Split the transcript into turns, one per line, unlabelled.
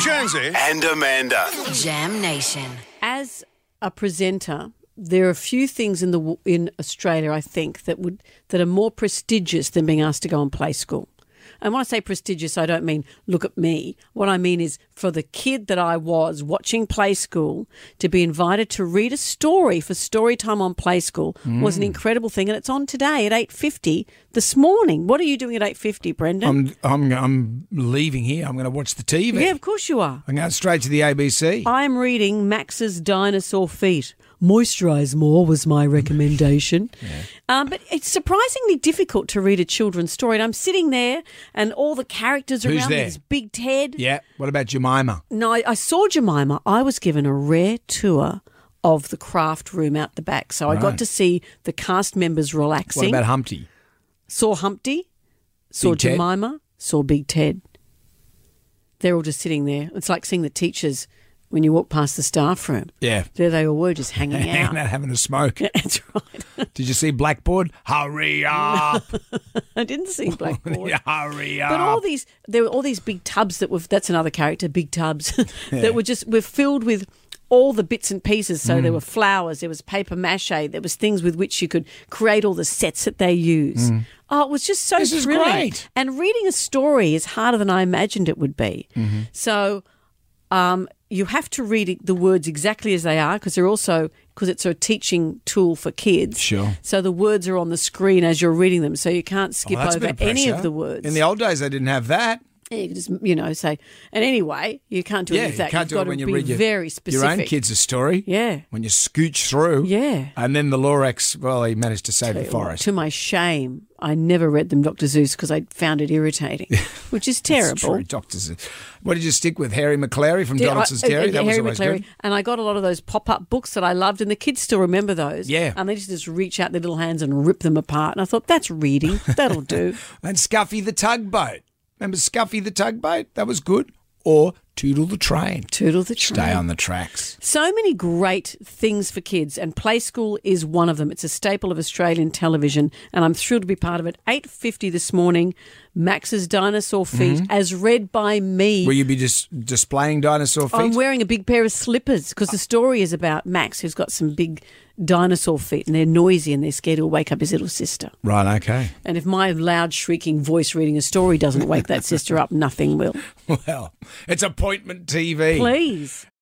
Jonesy.
and Amanda.
Jam Nation.
as a presenter, there are few things in the w- in Australia I think that would that are more prestigious than being asked to go and play school. And when I say prestigious, I don't mean look at me. What I mean is for the kid that I was watching Play School to be invited to read a story for story time on Play School was an incredible thing, and it's on today at eight fifty this morning. What are you doing at eight fifty, Brendan?
I'm, I'm, I'm leaving here. I'm going to watch the TV.
yeah, Oh. of course you are.
I'm going straight to the ABC.
I'm reading Max's Dinosaur Feet. Moisturize more was my recommendation. um, but it's surprisingly difficult to read a children's story. And I'm sitting there, and all the characters
Who's
around
there?
me is Big Ted.
yeah. What about Jemima?
No, I, I saw Jemima. I was given a rare tour of the craft room out the back. So I got to see the cast members relaxing.
What about Humpty?
saw Humpty, saw
Big Ted?
Jemima, saw Big Ted. They're all just sitting there. It's like seeing the teachers when you walk past the staff room.
Yeah.
There they all were, just hanging
Hanging
out.
out having a smoke.
That's right.
Did you see Blackboard? Hurry up!
I didn't see Blackboard.
Hurry up!
But all these, there were all these big tubs that were. That's another character, big tubs that were just were filled with all the bits and pieces. So
Mm.
there were flowers, there was paper mache, there was things with which you could create all the sets that they use. Oh, it was just so
Mm. This is
thrilling.
great.
And reading a story is harder than I imagined it would be.
Mm-hmm.
So um, you have to read it- the words exactly as they are because they're also because it's a teaching tool for kids.
Sure.
So the words are on the screen as you're reading them, so you can't
Oh,
skip
that's a bit
over
of
any of
pressure.
the words.
In the old days, they didn't have that.
Yeah, you can just you know say. And anyway, you can't do
yeah,
any of
you
that.
can't
You've
do
got
it when
to
you
be
read your,
very specific.
your own kids' story.
Yeah.
When you scooch through.
Yeah.
And then the Lorax, well, he managed to save the forest.
To my shame, I never read them, Doctor Zeus, because I found it irritating, which is
It's
terrible.
True, doctors. What did you stick with? Harry McClary from
Yeah, I-
Donaldson's Dairy?
uh,
That was
Harry
always
McCleary.
good.
And I got a lot of those pop up books that I loved, and the kids still remember those.
Yeah.
And they just, just reach out their little hands and rip them apart. And I thought, that's reading. That'll do.
And Scuffy the Tugboat. Remember Scuffy the Tugboat? That was good. Or Toodle the Train.
Toodle the train.
Stay on the tracks.
So many great things for kids, and Play School is one of them. It's a staple of Australian television, and I'm thrilled to be part of it. 8.50 this morning, Max's Dinosaur Feet, as read by me.
Will Mm-hmm. you be just displaying dinosaur feet?
I'm wearing a big pair of slippers because the story is about Max, who's got some big dinosaur feet, and they're noisy and they're scared he'll wake up his little sister.
right, okay.
And if my loud, shrieking voice reading a story doesn't wake that sister up, nothing will.
Well, it's appointment TV.
Please.